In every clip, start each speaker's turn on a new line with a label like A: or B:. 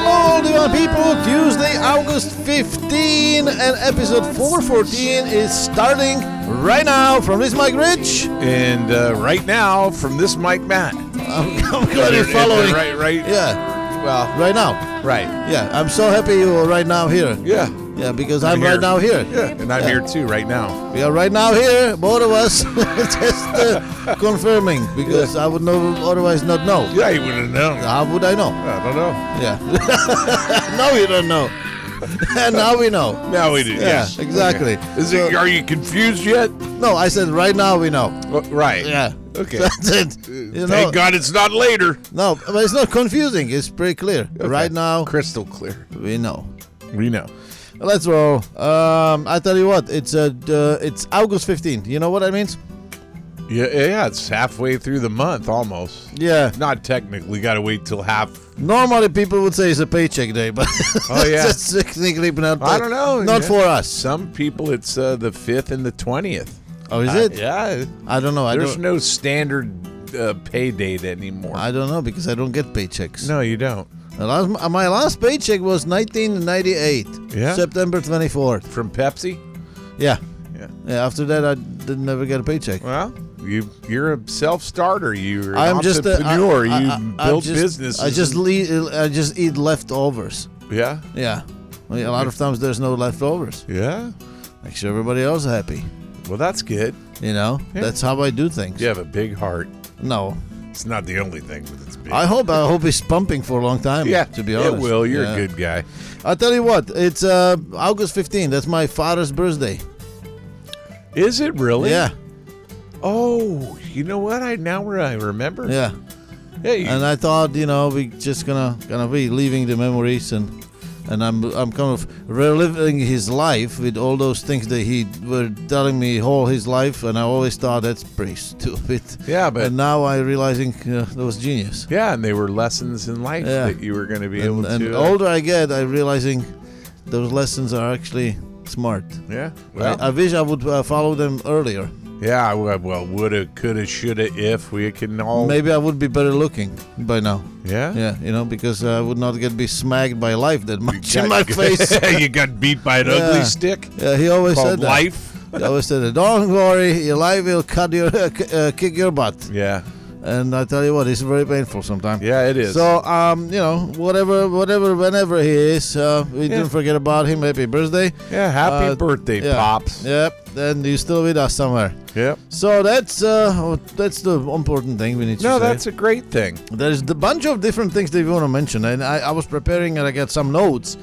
A: Hello, people. Tuesday, August 15, and episode 414 is starting right now from this Mike Rich.
B: And uh, right now, from this Mike Matt.
A: I'm, I'm glad you're
B: If they're
A: following.
B: Right, right,
A: Yeah.
B: Well.
A: right now.
B: right.
A: Yeah, I'm so happy you are right now here.
B: Yeah.
A: Yeah, because I'm right
B: here.
A: now here.
B: Yeah. And I'm
A: Yeah.
B: here too right now.
A: We are right now here, both of us, just uh, confirming because I would know otherwise not know.
B: Yeah, you wouldn't know.
A: How would I know?
B: I don't know.
A: Yeah. no, you don't know. and now we know.
B: Now we do.
A: Yeah,
B: yes.
A: exactly.
B: Okay. Is it, are you confused yet?
A: No, I said right now we know.
B: Well, right.
A: Yeah.
B: Okay. Uh,
A: That's it. You know,
B: Thank God it's not later.
A: No, but it's not confusing. It's pretty clear. Right now,
B: crystal clear.
A: we know.
B: We know.
A: Let's roll. Um, I tell you what, it's uh, uh, it's August 15th. You know what that means?
B: Yeah, yeah, yeah, it's halfway through the month almost.
A: Yeah.
B: Not technically, got to wait till half.
A: Normally, people would say it's a paycheck day, but
B: Oh, yeah.
A: it's technically not.
B: I don't know,
A: Not
B: yeah.
A: for us.
B: Some people, it's uh, the 5th and the 20th.
A: Oh, is
B: Uh,
A: it?
B: yeah.
A: I don't know. I
B: There's
A: don't.
B: no standard uh, pay date anymore.
A: I don't know because I don't get paychecks.
B: no, you don't.
A: The last, my last paycheck was 1998,
B: Yeah.
A: September 24th.
B: From Pepsi?
A: Yeah.
B: Yeah.
A: yeah. After that, I did never get a paycheck.
B: Well, you you're a self starter. You're an
A: I'm just a
B: entrepreneur.
A: I- I-
B: you
A: I- I'm
B: build
A: just-
B: businesses.
A: I just le- I just eat leftovers.
B: yeah,
A: Yeah. Well, yeah, a lot of times there's no leftovers.
B: yeah.
A: Makes everybody else happy.
B: Well, that's good.
A: You know,
B: Yeah.
A: that's how I do things.
B: You have a big heart.
A: No,
B: It's not the only thing, but it's big.
A: I hope I hope it's pumping for a long time.
B: yeah,
A: to be honest,
B: it will. You're
A: Yeah.
B: a good guy.
A: I tell you what, it's uh, August 15th. That's my father's birthday.
B: Is it really?
A: Yeah,
B: Oh, you know what? I now where I remember.
A: yeah.
B: Yeah. you-
A: And I thought, you know, we just gonna gonna be leaving the memories and and I'm I'm kind of reliving his life with all those things that he were telling me all his life, and I always thought that's pretty stupid.
B: yeah, but
A: and now I realizing uh, that was genius.
B: yeah, and they were lessons in life
A: Yeah.
B: that you were going to be
A: And,
B: able
A: and
B: to. uh,
A: older I get, I realizing those lessons are actually smart.
B: yeah. Well,
A: I, I wish I would uh, follow them earlier.
B: yeah. I w- Well, woulda, coulda, shoulda. If we can all.
A: Maybe I would be better looking by now.
B: Yeah.
A: Yeah, you know, because I would not get be smacked by life that much in
B: got-
A: my face.
B: you got beat by an
A: Yeah.
B: ugly stick
A: Yeah, he always
B: called
A: said that.
B: life.
A: He always said that. Don't worry, your life will cut your uh, kick your butt.
B: Yeah,
A: And I tell you what, it's very painful sometimes.
B: Mm. yeah, it is.
A: So um, you know, whatever, whatever, whenever he is, uh, we
B: Yeah.
A: didn't forget about him. Happy birthday.
B: yeah, happy
A: uh,
B: birthday,
A: yeah.
B: pops.
A: Yep. And he's still with us somewhere.
B: Yep.
A: So that's uh, oh, that's the important thing we need to
B: No,
A: say.
B: that's a great thing.
A: There's the bunch of different things that we want to mention, and I, I was preparing and I got some notes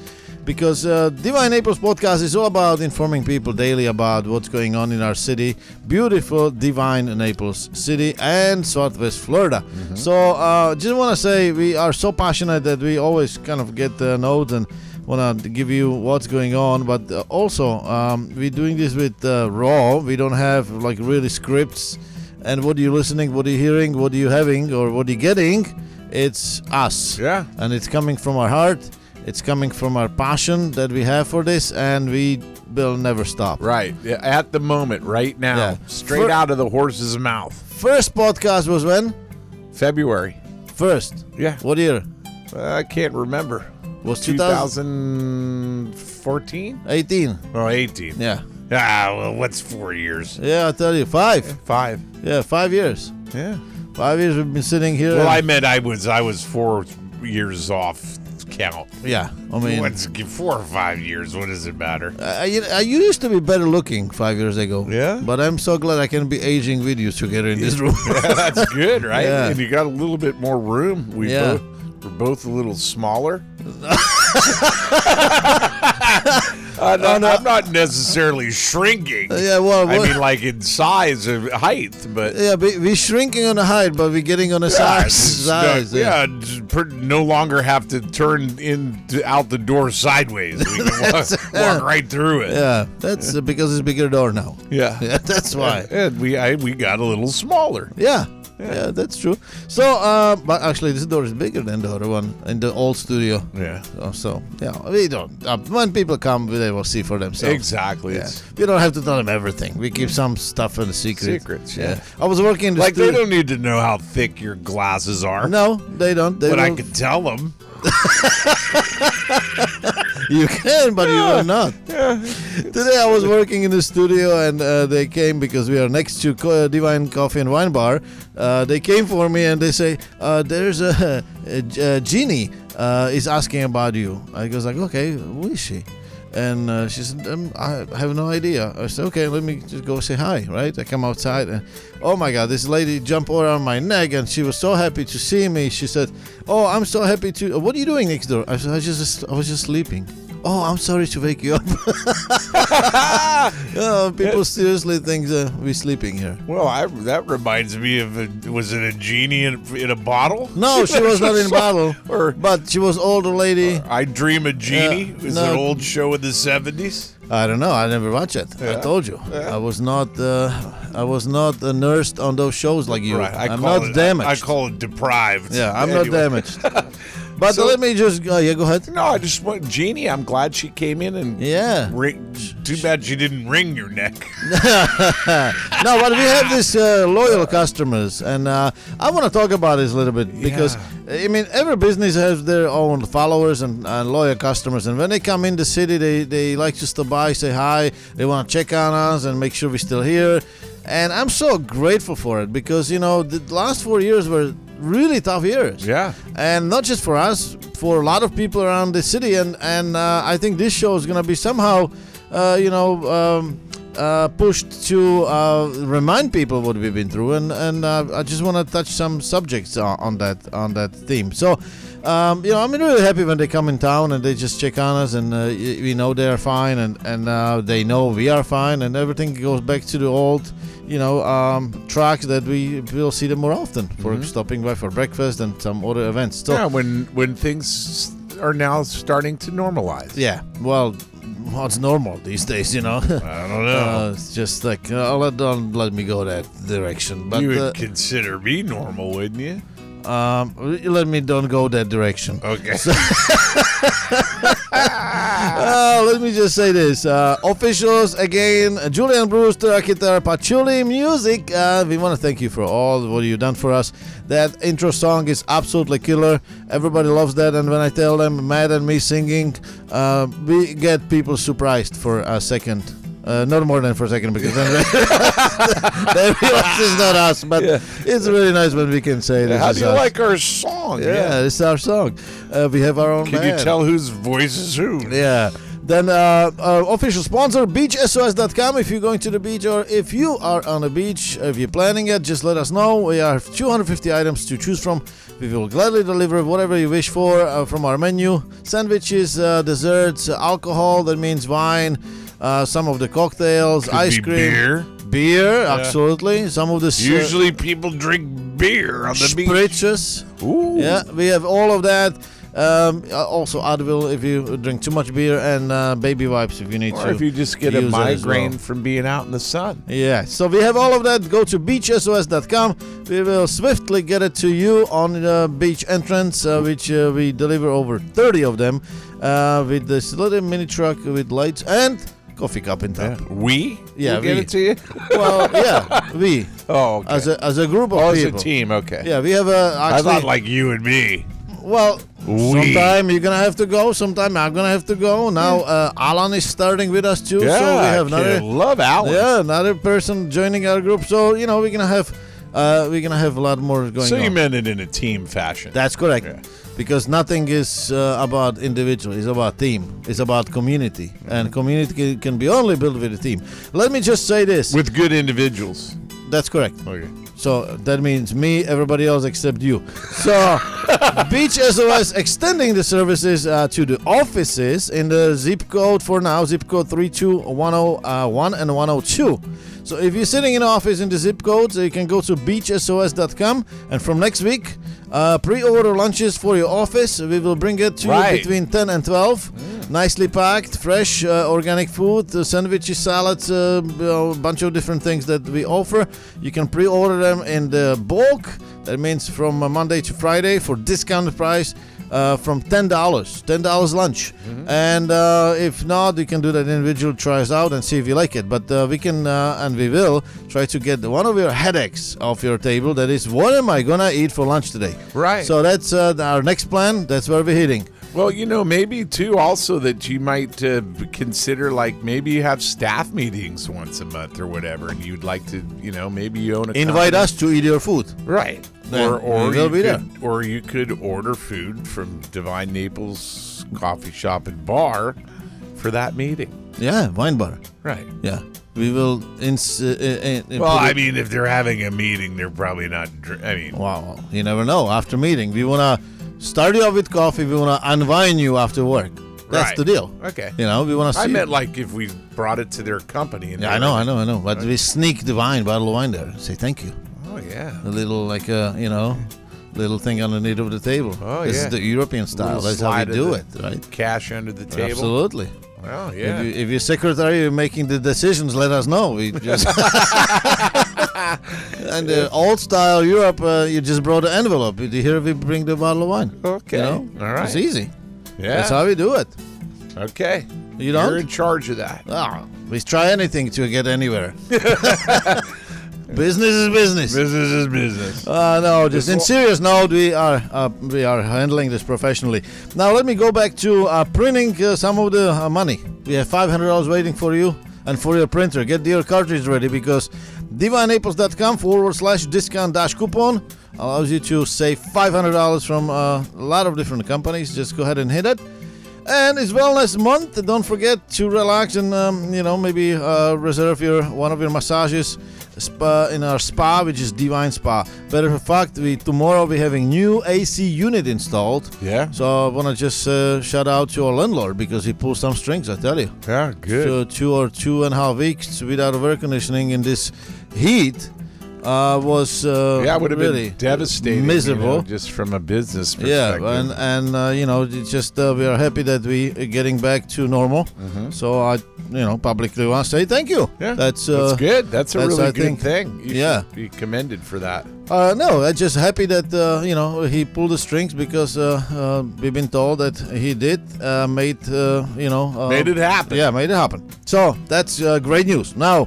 A: because uh, Divine Naples podcast is all about informing people daily about what's going on in our city, beautiful Divine Naples city and Southwest Florida. So uh, just want to say we are so passionate that we always kind of get the notes and want to give you what's going on but uh, also um, we're doing this with uh, raw we don't have like really scripts and what are you listening? What are you hearing? What are you having? Or what are you getting? It's us.
B: Yeah.
A: And it's coming from our heart. It's coming from our passion that we have for this, and we will never stop.
B: Right. Yeah, At the moment, right now,
A: Yeah.
B: straight
A: For-
B: out of the horse's mouth.
A: First podcast was when?
B: February.
A: First.
B: Yeah.
A: What year?
B: I can't remember.
A: Was
B: 2014?
A: 18.
B: Oh, 18.
A: Yeah.
B: Ah, well, what's four years?
A: Yeah, I tell you, five.
B: Five.
A: Yeah, five years.
B: Yeah.
A: Five years we've been sitting here.
B: Well, I
A: and-
B: meant I was I was four years off count.
A: yeah. I mean,
B: What's four or five years? What does it matter?
A: I, you know, I used to be better looking five years ago.
B: Yeah?
A: But I'm so glad I can be aging with you together in this room.
B: That's good, right?
A: Yeah.
B: And you got a little bit more room. We
A: Yeah.
B: both we're both a little smaller. I'm, not, I'm not necessarily shrinking.
A: yeah, well,
B: I
A: what-
B: mean, like in size or height, but
A: Yeah, we, we're shrinking on the height, but we're getting on the size. size yeah.
B: yeah, it's per- no longer have to turn in to, out the door sideways. We can walk, walk right through it.
A: Yeah, that's uh, because it's bigger door now.
B: Yeah.
A: Yeah, that's why.
B: And we I, we got a little smaller.
A: Yeah, yeah, that's true. So, uh, but actually, this door is bigger than the other one in the old studio.
B: Yeah.
A: Oh, so yeah, we don't. Uh, when people come, they will see for themselves.
B: Exactly.
A: Yeah.
B: It's
A: We don't have to tell them everything. We keep some stuff in the secret.
B: Secrets, yeah.
A: I was working in the
B: like they
A: studio-
B: don't need to know how thick your glasses are.
A: No, they don't. They
B: but I
A: will-
B: could tell them.
A: You can, but you
B: Yeah.
A: are not. Today I was working in the studio and uh, they came because we are next to Co- uh, Divine Coffee and Wine Bar. Uh, they came for me and they say, uh, "There's a, a, g- a genie uh, is asking about you." I was like, "Okay, who is she?" And uh, she said, um, "I have no idea." I said, "Okay, let me just go say hi." Right? I come outside and oh my god, this lady jumped around my neck and she was so happy to see me. She said, "Oh, I'm so happy to. What are you doing next door?" I said, "I just I was just sleeping." Oh, I'm sorry to wake you up. Uh, people seriously think that we're sleeping here.
B: Well, I, that reminds me of a, was it a genie in, in a bottle?
A: No, she was not in bottle,
B: Or-
A: but she was older lady.
B: I Dream a Genie
A: Yeah,
B: was
A: no.
B: an old show in the 70s.
A: I don't know. I never watched it. I
B: Yeah.
A: told you, I was not. Uh, I was not uh, nursed on those shows like you.
B: Right, I
A: am
B: call
A: not
B: it,
A: damaged.
B: I, I call it deprived.
A: yeah, I'm
B: Anyway.
A: not damaged. But
B: So-
A: let me just. Uh, yeah, go ahead.
B: No, I just want Jeannie. I'm glad she came in and
A: Yeah.
B: Ring, too bad she didn't wring your neck.
A: no, but we have these uh, loyal customers, and uh, I want to talk about this a little bit because I mean every business has their own followers and, and loyal customers, and when they come in the city, they they like to stop by, say hi, they want to check on us and make sure we're still here, and I'm so grateful for it because you know the last four years were really tough years
B: Yeah.
A: and not just for us, for a lot of people around the city. And and uh, I think this show is gonna be somehow, uh, you know, um, uh, pushed to uh, remind people what we've been through. And and uh, I just want to touch some subjects on, on that on that theme. So. Um, you know, I'm really happy when they come in town and they just check on us, and uh, y- we know they are fine, and and uh, they know we are fine, and everything goes back to the old, you know, um, tracks that we will see them more often for stopping by for breakfast and some other events. So,
B: Mm-hmm. yeah, when when things are now starting to normalize.
A: yeah, well, what's normal these days, you know?
B: I don't know.
A: Uh, it's just like uh, let, don't let me go that direction, but
B: you would
A: uh,
B: consider me normal, wouldn't you?
A: um, let me don't go that direction.
B: Okay.
A: Uh, let me just say this. Uh, officials, again, Julian Brewster, Akitara Pachuli Music. Uh, we want to thank you for all what you've done for us. That intro song is absolutely killer. Everybody loves that. And when I tell them, Matt and me singing, uh, we get people surprised for a second. Uh, not more than for a second because then they realize it's not us. But it's really nice when we can say this
B: How
A: is
B: do you
A: us.
B: like our song?
A: yeah, it's our song. Uh, we have our own
B: Can you
A: band.
B: tell whose voice is who?
A: Yeah. Then uh, uh, official sponsor beachsos.com. If you're going to the beach or if you are on a beach, if you're planning it, just let us know. We have 250 items to choose from. We will gladly deliver whatever you wish for uh, from our menu: sandwiches, uh, desserts, alcohol. That means wine, uh, some of the cocktails,
B: Could
A: ice
B: be
A: cream,
B: Beer.
A: beer, absolutely. Some of the s-
B: Usually people drink beer on the beach.
A: spritzes.
B: Ooh.
A: Yeah, we have all of that. Um, uh, also, Advil if you drink too much beer and uh, baby wipes if you need
B: Or
A: to.
B: if you just get a
A: use it as well.
B: migraine from being out in the sun.
A: Yeah, so we have all of that. Go to beachsos.com. We will swiftly get it to you on the beach entrance, uh, which uh, we deliver over 30 of them uh, with this little mini truck with lights and coffee cup in top.
B: We?
A: Yeah,
B: We'll get
A: we.
B: it to you.
A: Well, yeah, we
B: Oh, okay.
A: as a as a group of
B: oh, as a
A: people.
B: team. Okay.
A: Yeah, we have a
B: I
A: actually.
B: thought like you and me.
A: Well,
B: We.
A: sometime you're gonna have to go. Sometime I'm gonna have to go. Now uh, Alan is starting with us too, so we have
B: I
A: another
B: love Alan.
A: yeah another person joining our group. So you know we're gonna have uh, we're gonna have a lot more going
B: So
A: on.
B: you meant it in a team fashion.
A: That's correct.
B: Yeah.
A: Because nothing is uh, about individual, it's about team, it's about community. And
B: Mm-hmm.
A: community can- can be only built with a team. Let me just say this.
B: With good individuals.
A: That's correct.
B: Okay.
A: So that means me, everybody else except you. So Beach SOS extending the services uh, to the offices in the zip code for now, zip code 32101 oh, uh, and 102. So if you're sitting in the office in the zip code, so you can go to beachsos.com and from next week, uh, pre-order lunches for your office. We will bring it to
B: Right.
A: you between 10 and 12. Nicely packed, fresh, uh, organic food, uh, sandwiches, salads, uh, b- a bunch of different things that we offer. You can pre-order them in the bulk. That means from uh, Monday to Friday for discounted price uh, from ten dollars, ten dollars lunch, and uh, if not, you can do that individual tries out and see if you like it. But uh, we can uh, and we will try to get one of your headaches off your table. That is, what am I gonna eat for lunch today?
B: Right.
A: So that's uh, our next plan. That's where we're heading.
B: Well, you know, maybe too, also that you might uh, consider like maybe you have staff meetings once a month or whatever, and you'd like to, you know, maybe you own a
A: Invite
B: company.
A: us to eat your food.
B: right?
A: Then
B: or or
A: we'll
B: you
A: be there.
B: could, or you could order food from Divine Naples Coffee Shop and Bar for that meeting,
A: Yeah, wine bar.
B: right?
A: Yeah, we will. Ins- uh, uh, uh,
B: Well,
A: put it-
B: I mean, if they're having a meeting, they're probably not. Dr- I mean,
A: Wow, you never know. After meeting, we wanna start you off with coffee. We wanna unwind you after work. That's
B: Right.
A: the deal.
B: Okay.
A: You know, we wanna. See
B: I meant like if we brought it to their company. And
A: Yeah,
B: they
A: I know,
B: were-
A: I know, I know. But we sneak the wine, bottle of wine there. Say thank you.
B: Oh yeah.
A: A little like a you know, little thing underneath of the table.
B: Oh,
A: this
B: yeah.
A: is the European style.
B: Little
A: That's how we
B: slide of
A: do
B: the
A: it, right?
B: Cash under the table.
A: Absolutely.
B: Well, yeah.
A: If, you, if your secretary is making the decisions, let us know. We just and uh, old style Europe, uh, you just brought the envelope. Here we bring the bottle of wine.
B: Okay.
A: You know?
B: All right.
A: It's easy.
B: yeah.
A: That's how we do it.
B: okay.
A: You don't?
B: You're in charge of that.
A: Ah, we try anything to get anywhere. business is business.
B: Business is business.
A: Uh, no, just in
B: Before-
A: serious note, we are uh, we are handling this professionally. Now let me go back to uh, printing uh, some of the uh, money. We have five hundred dollars waiting for you and for your printer. Get your cartridge ready because divinaples.com forward slash discount dash coupon allows you to save five hundred dollars from uh, a lot of different companies. Just go ahead and hit it. And it's Wellness Month. Don't forget to relax and um, you know maybe uh, reserve your one of your massages spa in our spa, which is Divine Spa. Better for fact, we tomorrow we're having new AC unit installed.
B: Yeah.
A: So I wanna just uh, shout out to our landlord because he pulled some strings. I tell you,
B: Yeah. Good.
A: So two or two and a half weeks without air conditioning in this heat uh, was uh,
B: yeah, it would have
A: really
B: been devastating. you know,
A: miserable.
B: just from a business
A: Yeah,
B: perspective.
A: and and uh, you know, it's just uh, we are happy that we are getting back to normal. So I, you know, publicly want to say thank you.
B: Mm-hmm. Yeah,
A: that's uh,
B: that's good. That's a
A: that's,
B: really
A: I
B: good
A: think-
B: thing. You should
A: yeah.
B: be commended for that.
A: Uh, no, I'm just happy that uh, you know he pulled the strings because uh, uh, we've been told that he did uh, made uh, you know uh,
B: Made it happen.
A: Yeah, made it happen. So that's uh, great news. Now.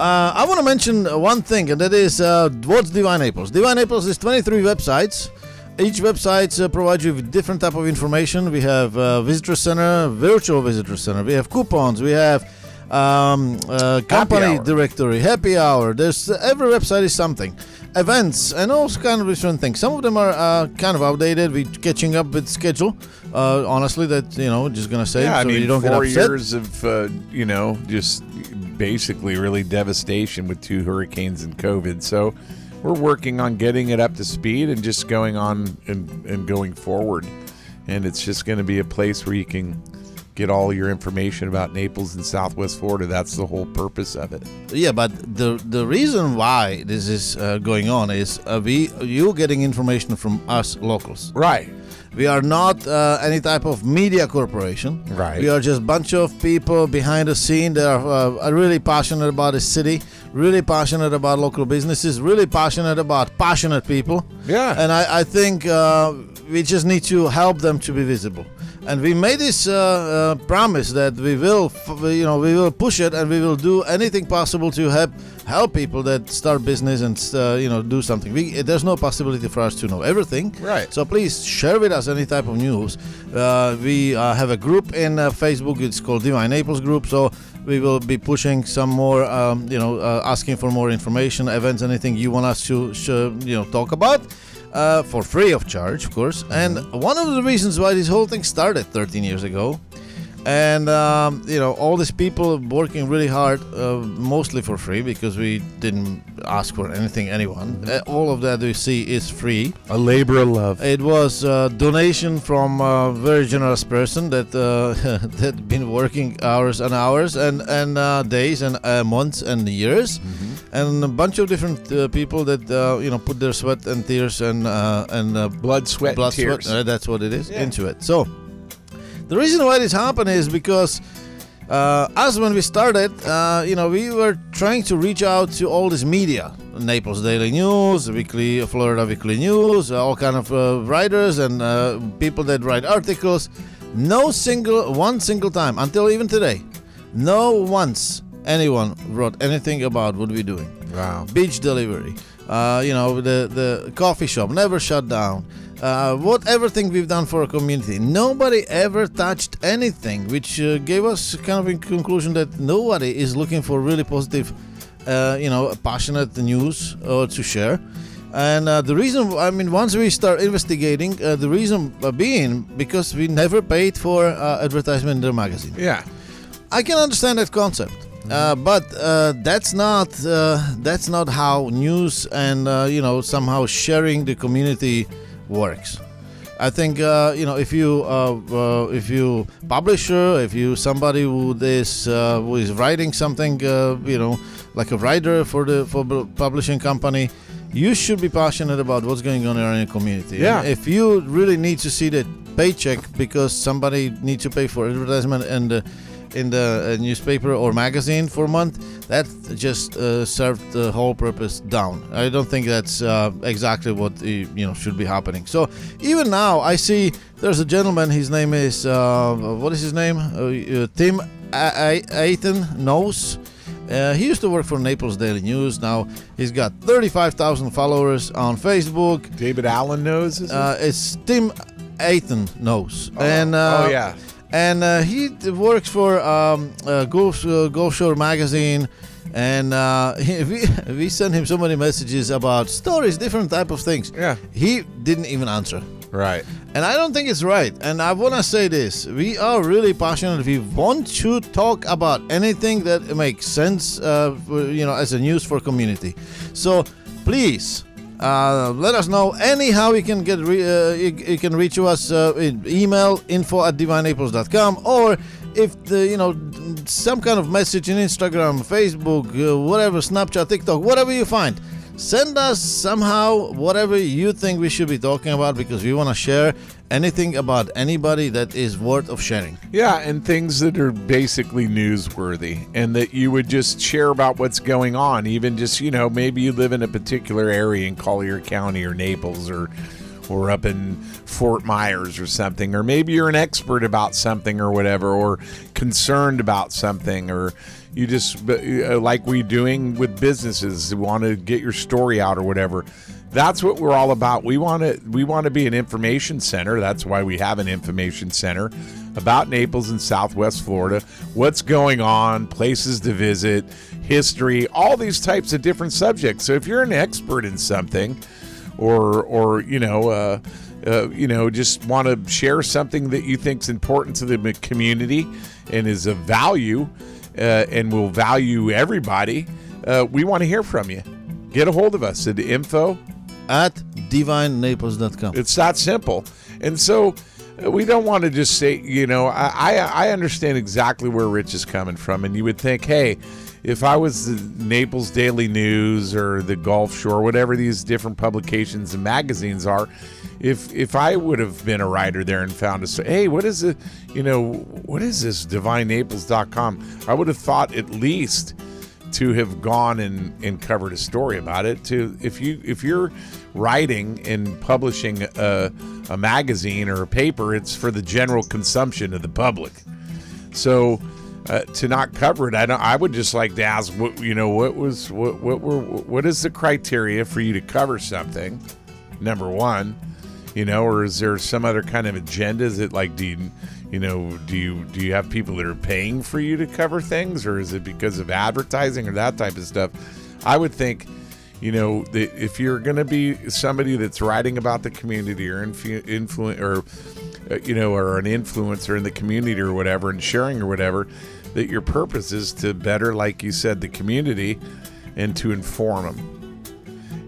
A: Uh, I want to mention one thing, and that is uh, what's Divine Apples. Divine Apples is 23 websites. Each website uh, provides you with different type of information. We have uh, visitor center, virtual visitor center. We have coupons. We have um, uh, company
B: hour.
A: directory, happy hour. There's uh, every website is something, events, and all kind of different things. Some of them are uh, kind of outdated. We catching up with schedule. Uh, honestly, that you know, just gonna say
B: Yeah,
A: so
B: I mean,
A: you don't get
B: four
A: upset.
B: years of uh, you know just basically really devastation with two hurricanes and COVID. So we're working on getting it up to speed and just going on and, and going forward. And it's just going to be a place where you can get all your information about Naples and Southwest Florida. That's the whole purpose of it.
A: Yeah, but the the reason why this is uh, going on is uh, we you getting information from us locals.
B: Right.
A: We are not uh, any type of media corporation.
B: Right.
A: We are just bunch of people behind the scene that are, uh, are really passionate about the city, really passionate about local businesses, really passionate about passionate people.
B: Yeah.
A: And I, I think uh, we just need to help them to be visible. And we made this uh, uh, promise that we will, f- you know, we will push it and we will do anything possible to help help people that start business and uh, you know do something. We, there's no possibility for us to know everything.
B: Right.
A: So please share with us any type of news. Uh, we uh, have a group in uh, Facebook. It's called Divine Naples Group. So we will be pushing some more, um, you know, uh, asking for more information, events, anything you want us to, sh- you know, talk about. Uh, for free of charge, of course. And one of the reasons why this whole thing started 13 years ago and um, you know all these people working really hard uh, mostly for free because we didn't ask for anything anyone Uh, all of that we see is free
B: A labor of love.
A: it was a donation from a very generous person that uh, that been working hours and hours and and uh, days and uh, months and years,
B: Mm-hmm.
A: and a bunch of different uh, people that uh, you know put their sweat and tears and uh, and uh,
B: Blood, sweat, and
A: blood,
B: tears.
A: sweat. uh, that's what it is
B: Yeah.
A: into it. So The reason why this happened is because uh, us when we started, uh, you know, we were trying to reach out to all this media: Naples Daily News, Weekly Florida Weekly News, uh, all kind of uh, writers and uh, people that write articles. No single, one single time until even today, no once anyone wrote anything about what we're doing.
B: Wow.
A: Beach delivery, uh, you know, the the coffee shop never shut down. Uh, whatever thing we've done for a community, nobody ever touched anything, which uh, gave us kind of a conclusion that nobody is looking for really positive, uh, you know, passionate news uh, to share. And uh, the reason, I mean, once we start investigating, uh, the reason being because we never paid for uh, advertisement in the magazine.
B: Yeah.
A: I can understand that concept, uh, but uh, that's not uh, that's not how news and uh, you know somehow sharing the community works. I think uh, you know if you uh, uh, if you publisher, if you somebody who is uh, who is writing something, uh, you know, like a writer for the for bu- publishing company, you should be passionate about what's going on in your community.
B: Yeah.
A: And if you really need to see that paycheck because somebody needs to pay for advertisement and. Uh, in the uh, newspaper or magazine for a month, that just uh, served the whole purpose down. I don't think that's uh, exactly what uh, you know should be happening. So even now, I see there's a gentleman. His name is uh, what is his name? Uh, uh, Tim A- A- Aiton Knows. Uh, he used to work for Naples Daily News. Now he's got 35,000 followers on Facebook.
B: David Allen knows. is it?
A: Uh, it's Tim Aiton Knows,
B: Oh,
A: and uh,
B: oh yeah.
A: and uh, he d- works for um, uh, Gulf, uh, Gulf Shore Magazine. And uh, he, we, we sent him so many messages about stories, different type of things.
B: Yeah.
A: He didn't even answer.
B: Right.
A: And I don't think it's right. And I want to say this we are really passionate. We want to talk about anything that makes sense, uh, for- you know, as a news for community. So please. Uh, let us know anyhow you can get re- uh, you, you can reach us uh, in email info at divineaples.com or if the you know some kind of message in instagram facebook uh, whatever snapchat tiktok whatever you find Send us somehow whatever you think we should be talking about because we want to share anything about anybody that is worth of sharing.
B: Yeah, and things that are basically newsworthy and that you would just share about what's going on, even just, you know, maybe you live in a particular area in Collier County or Naples or or up in Fort Myers or something, or maybe you're an expert about something or whatever, or concerned about something, or you just but, uh, like we doing with businesses, want to get your story out or whatever. That's what we're all about. We want to we want to be an information center. That's why we have an information center about Naples and Southwest Florida. What's going on, places to visit, history, all these types of different subjects. So if you're an expert in something, or or you know uh, uh, you know just want to share something that you think's important to the community and is of value uh, and will value everybody uh, we want to hear from you get a hold of us at info
A: At divinenaples.com.
B: it's that simple. And so uh, we don't want to just say, you know, I, I, I understand exactly where Rich is coming from. And you would think, hey, if I was the Naples Daily News or the Gulf Shore, whatever these different publications and magazines are, if if I would have been a writer there and found a, s- hey, what is it, you know, what is this, divinenaples.com? I would have thought at least to have gone and, and covered a story about it to if you if you're writing and publishing a, a magazine or a paper it's for the general consumption of the public so uh, to not cover it I don't I would just like to ask what you know what was what what were what is the criteria for you to cover something number one you know or is there some other kind of agenda is it like do you you know do you do you have people that are paying for you to cover things or is it because of advertising or that type of stuff i would think you know that if you're going to be somebody that's writing about the community or influ- influ- or uh, you know or an influencer in the community or whatever and sharing or whatever that your purpose is to better like you said the community and to inform them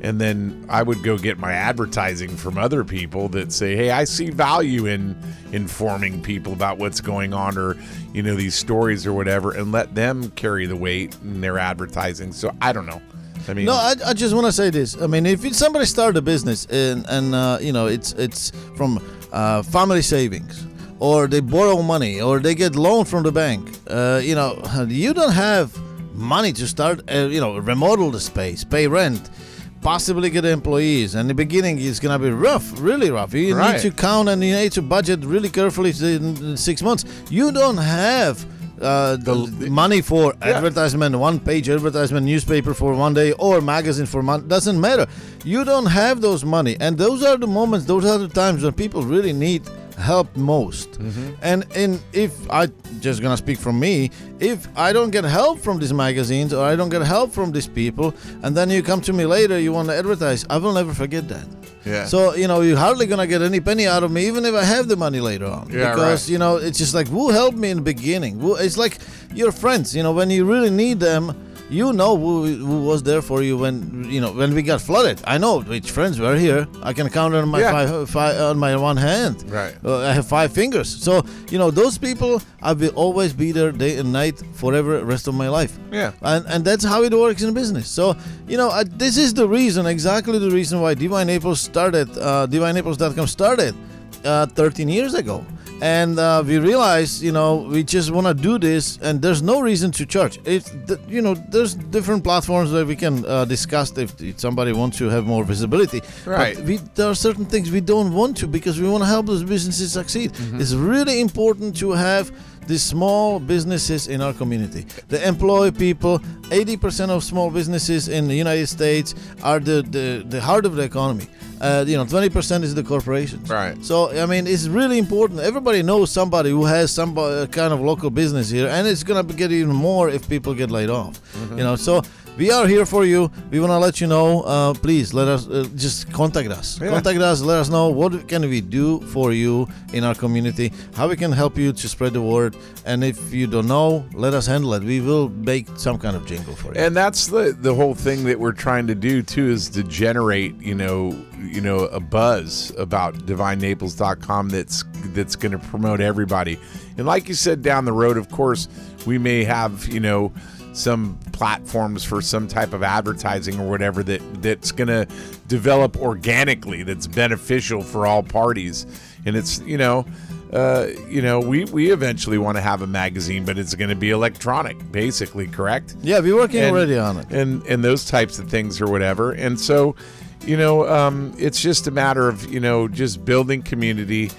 B: and then I would go get my advertising from other people that say, "Hey, I see value in informing people about what's going on or, you know, these stories or whatever," and let them carry the weight in their advertising. So I don't know. I mean,
A: No, I, I just want to say this. I mean, if it's somebody start a business and and uh, you know it's it's from uh, family savings or they borrow money, or they get loan from the bank. Uh, you know, you don't have money to start, uh, you know, remodel the space, pay rent, possibly get employees. And the beginning is gonna be rough, really rough. You
B: Right.
A: need to count and you need to budget really carefully in in six months. You don't have. Uh, the money for advertisement, one page advertisement, newspaper for one day, or magazine for month doesn't matter. You don't have those money, and those are the moments, those are the times when people really need help most. And and if I just gonna speak from me, if I don't get help from these magazines or I don't get help from these people, and then you come to me later, you want to advertise, I will never forget that.
B: Yeah.
A: So you know you're hardly gonna get any penny out of me, even if I have the money later on.
B: Yeah,
A: because
B: right.
A: you know it's just like who helped me in the beginning. Who, it's like your friends. You know when you really need them, you know who, who was there for you when you know when we got flooded. I know which friends were here. I can count on my
B: Yeah.
A: five, five on my one hand.
B: Right.
A: Uh, I have five fingers. So you know those people. I will always be there day and night forever, rest of my life.
B: Yeah.
A: And, and that's how it works in business. So, you know, uh, this is the reason, exactly the reason why Divine Naples started, uh, DivineNaples.com started uh, 13 years ago. And uh, we realized, you know, we just want to do this, and there's no reason to charge. It's, th- you know, there's different platforms where we can uh, discuss if, if somebody wants to have more visibility.
B: Right.
A: But we, there are certain things we don't want to because we want to help those businesses succeed. It's really important to have the small businesses in our community. They employ people. 80% of small businesses in the United States are the, the, the heart of the economy. Uh, you know, 20% is the corporations.
B: Right.
A: So, I mean, it's really important. Everybody knows somebody who has some uh, kind of local business here, and it's going to get even more if people get laid off.
B: Mm-hmm.
A: You know, so we are here for you. We want to let you know. Uh, please let us uh, just contact us.
B: Yeah.
A: Contact us. Let us know what can we do for you in our community. How we can help you to spread the word. And if you don't know, let us handle it. We will make some kind of jingle for you.
B: And that's the the whole thing that we're trying to do too is to generate, you know, you know, a buzz about divinenaples.com that's that's going to promote everybody. And like you said down the road, of course, we may have, you know, some platforms for some type of advertising or whatever that that's going to develop organically that's beneficial for all parties. And it's, you know, uh, you know, we, we eventually want to have a magazine, but it's going to be electronic, basically, correct?
A: yeah, we're working
B: and-
A: already on it.
B: and and those types of things or whatever and so you know um, it's just a matter of you know just building community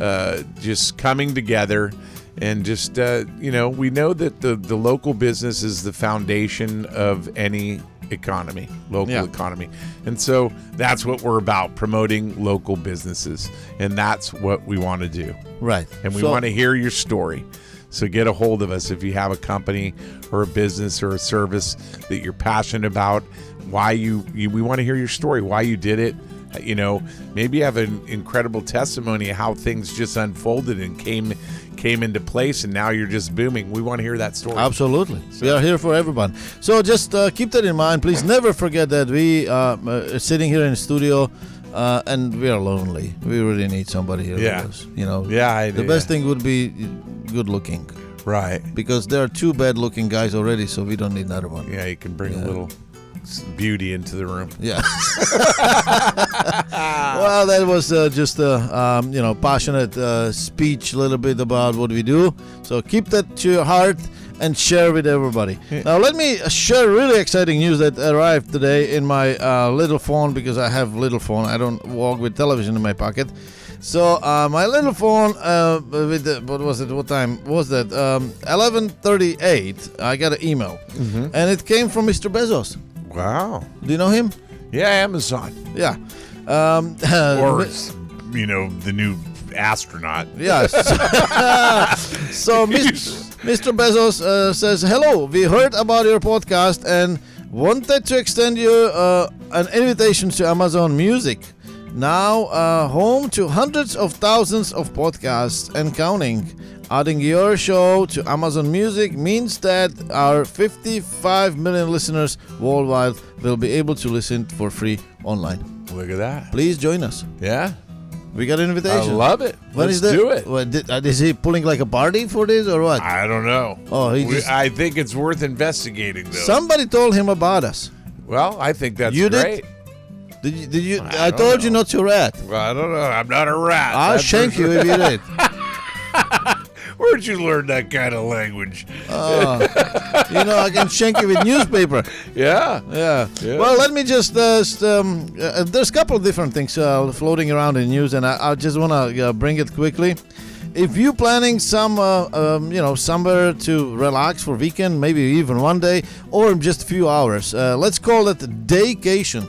B: uh, just coming together and just uh, you know we know that the the local business is the foundation of any economy local
A: Yeah.
B: economy and so that's what we're about promoting local businesses and that's what we want to do
A: Right.
B: and we
A: So-
B: want to hear your story. So get a hold of us if you have a company or a business or a service that you're passionate about. Why you, you we want to hear your story, why you did it. You know, maybe you have an incredible testimony of how things just unfolded and came came into place, and now you're just booming. We want to hear that story.
A: Absolutely. We are here for everyone. So just uh, keep that in mind. Please never forget that we uh, are sitting here in the studio uh, and we are lonely. We really need somebody here
B: Yeah.
A: with us. You know,
B: Yeah, I
A: the
B: do,
A: best
B: yeah.
A: thing would be good looking
B: right?
A: because there are two bad looking guys already, so we don't need another one.
B: Yeah, you can bring a little s- beauty into the room.
A: Yeah. well, that was uh, just a um, you know passionate uh, speech, a little bit about what we do. So keep that to your heart and share with everybody. Now, let me share really exciting news that arrived today in my uh, little phone because I have little phone. I don't walk with television in my pocket. So uh, my little phone, uh, with the, what was it? What time was that? Um, 11:38. I got an email, and it came from Mr. Bezos.
B: Wow.
A: Do you know him?
B: Yeah, Amazon
A: Yeah. Um,
B: or s- you know the new astronaut.
A: yes. so mis- Mr. Bezos uh, says, "Hello, we heard about your podcast and wanted to extend you uh, an invitation to Amazon Music." Now, uh, home to hundreds of thousands of podcasts and counting. Adding your show to Amazon Music means that our 55 million listeners worldwide will be able to listen for free online.
B: Look at that.
A: Please join us.
B: Yeah.
A: We got an
B: I
A: invitation.
B: love it.
A: What
B: Let's
A: is that?
B: do it.
A: What, did, uh, is he pulling like a party for this or what?
B: I don't know.
A: Oh, he
B: We-
A: just-
B: I think it's worth investigating, though.
A: Somebody told him about us.
B: well, I think that's
A: You did?
B: great.
A: Did you? Did you
B: I
A: I,
B: don't
A: told you
B: know.
A: not to rat.
B: Well, I don't know. I'm not a rat.
A: I'll
B: That's for
A: shank you
B: sure.
A: if Ah, you rat.
B: Where'd you learn that kind of language?
A: you know, I can shank you with newspaper.
B: Yeah.
A: Yeah.
B: Yeah.
A: Well, let me just. Uh, s- um, uh, there's a couple of different things uh, floating around in news, and I, I just want to uh, bring it quickly. If you planning some, uh, um, you know, somewhere to relax for weekend, maybe even one day or just a few hours, uh, let's call it daycation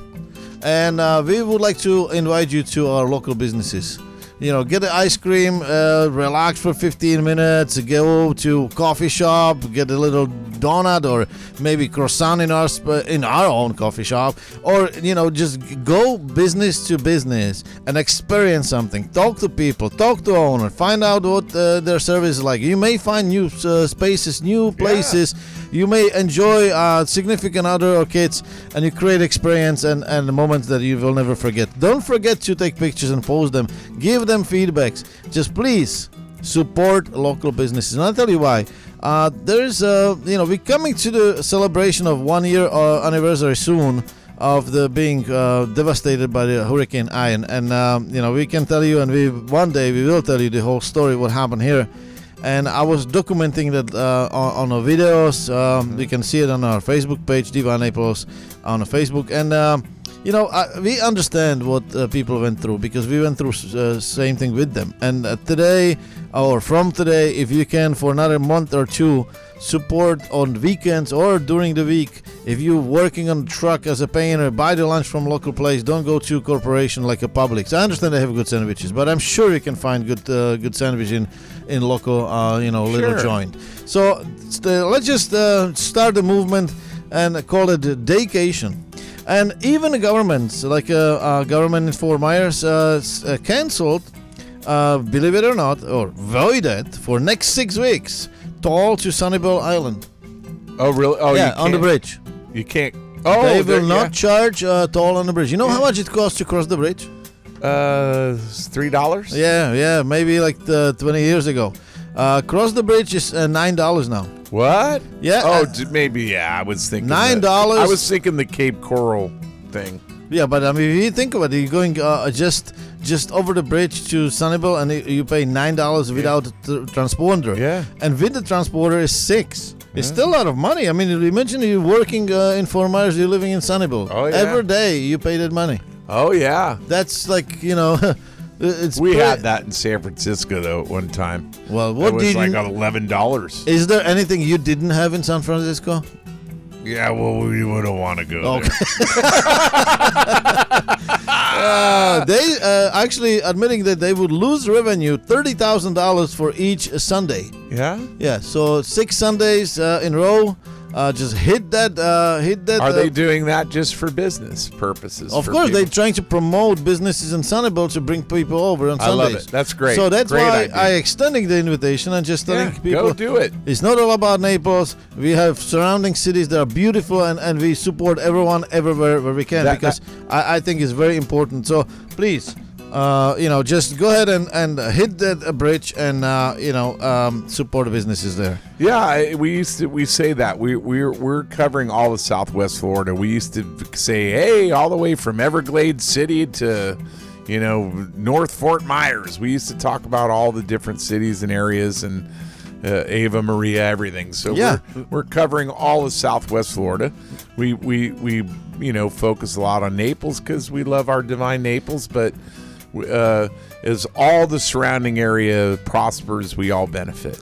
A: and uh, we would like to invite you to our local businesses. You know, get the ice cream, uh, relax for 15 minutes, go to coffee shop, get a little donut or maybe croissant in our sp- in our own coffee shop, or you know, just g- go business to business and experience something. Talk to people, talk to owner, find out what uh, their service is like. You may find new uh, spaces, new places. You may enjoy uh, significant other or kids, and you create experience and and the moments that you will never forget. Don't forget to take pictures and post them. Give them feedbacks. Just please support local businesses, and I'll tell you why. Uh, there's uh, you know we're coming to the celebration of one year uh, anniversary soon of the being uh, devastated by the hurricane Ian, and um, you know we can tell you, and we one day we will tell you the whole story what happened here and I was documenting that uh, on, on our videos. Um, You can see it on our Facebook page, Diva Naples, on Facebook. And um, you know, I, we understand what uh, people went through because we went through s- uh, same thing with them. And uh, today, or from today, if you can, for another month or two, support on weekends or during the week. If you're working on a truck as a painter, buy the lunch from local place. Don't go to a corporation like a Publix. I understand they have good sandwiches, but I'm sure you can find good uh, good sandwich in in local uh, you know little
B: Sure.
A: joint. So st- let's just uh, start the movement and call it a daycation. And even the governments, like uh, uh, government in Fort Myers, uh, s- uh, canceled uh, believe it or not, or voided for next six weeks, toll to Sanibel Island.
B: Oh, really? Oh,
A: yeah,
B: you
A: on the
B: can't-
A: bridge.
B: You can't. Oh,
A: they will
B: there-
A: not
B: yeah.
A: charge uh, toll on the bridge. You know how
B: Yeah.
A: much it costs to cross the bridge?
B: Uh, it's three dollars.
A: Yeah, yeah, maybe like the 20 years ago. Uh, cross the bridge is uh, nine dollars now.
B: What?
A: Yeah,
B: Oh,
A: uh,
B: d- maybe. Yeah, I was thinking
A: Nine
B: that-
A: dollars.
B: I was thinking the Cape Coral thing.
A: Yeah, but I mean, if you think about it, you're going uh, just just over the bridge to Sanibel, and you- you pay nine dollars without a tr- transponder.
B: Yeah.
A: and with the transporter is six. It's still a lot of money. I mean, imagine you're working uh, in four miles, you're living in Sanibel.
B: Oh, yeah.
A: Every day you pay that money.
B: Oh yeah.
A: That's like you know, it's
B: We
A: pre-
B: had that in San Francisco though at one time.
A: Well, what
B: it was
A: did
B: like
A: you-
B: eleven dollars.
A: Is there anything you didn't have in San Francisco?
B: Yeah, well, we wouldn't want to go
A: Okay.
B: there.
A: Uh, they uh, actually admitting that they would lose revenue thirty thousand dollars for each Sunday.
B: Yeah.
A: Yeah, so six Sundays uh, in row, uh, just hit that, uh, hit that.
B: Are
A: uh,
B: they doing that just for business purposes?
A: Of
B: for
A: course,
B: people?
A: they're trying to promote businesses in Sunnyvale to bring people over on
B: I love
A: Sundays.
B: it. That's great.
A: So that's
B: Great
A: why
B: idea.
A: I extending the invitation and just telling
B: Yeah,
A: people
B: go do it.
A: It's not all about Naples. We have surrounding cities that are beautiful, and, and we support everyone everywhere where we can
B: That-
A: because I, I think it's very important. So please, uh, you know, just go ahead and, and hit that uh, bridge and uh, you know um, support the businesses there.
B: Yeah, I- we used to we say that we we're we're covering all of Southwest Florida. We used to say, hey, all the way from Everglade City to, you know, North Fort Myers. We used to talk about all the different cities and areas and uh, Ava Maria everything. So
A: Yeah.
B: we're, we're covering all of Southwest Florida. We we we you know focus a lot on Naples because we love our divine Naples, but. Uh, as all the surrounding area prospers, we all benefit.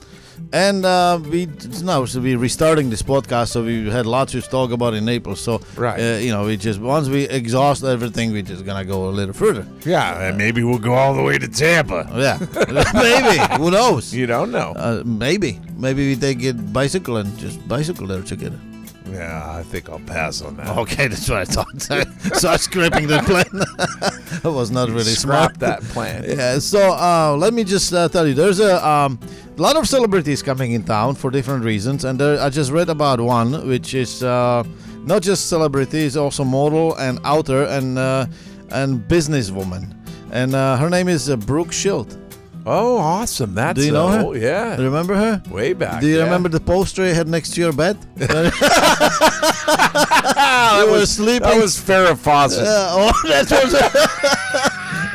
A: And uh, we now so we're restarting this podcast, so we had lots to talk about in Naples. So
B: Right.
A: uh, you know, we just once we exhaust everything, we're just gonna go a little further.
B: Yeah, and
A: Uh,
B: maybe we'll go all the way to Tampa.
A: Yeah, maybe. Who knows?
B: You don't know.
A: Uh, maybe, maybe we take it bicycle and just bicycle there together.
B: yeah, I think I'll pass on that.
A: Okay, that's what I thought. so I'm scraping the plan. I was not really smart.
B: Scrap that plan.
A: Yeah, so uh, let me just uh, tell you, there's a um, lot of celebrities coming in town for different reasons, and there, I just read about one, which is uh, not just celebrities, also model and outer and uh, and businesswoman, and uh, her name is uh, Brooke Shield.
B: Oh, awesome. That's
A: Do you know
B: a-
A: her?
B: oh, yeah.
A: Remember her?
B: Way back.
A: Do you
B: yeah.
A: remember the poster you had next to your bed? you were sleeping.
B: That was Farrah Fawcett.
A: Yeah, oh, that was.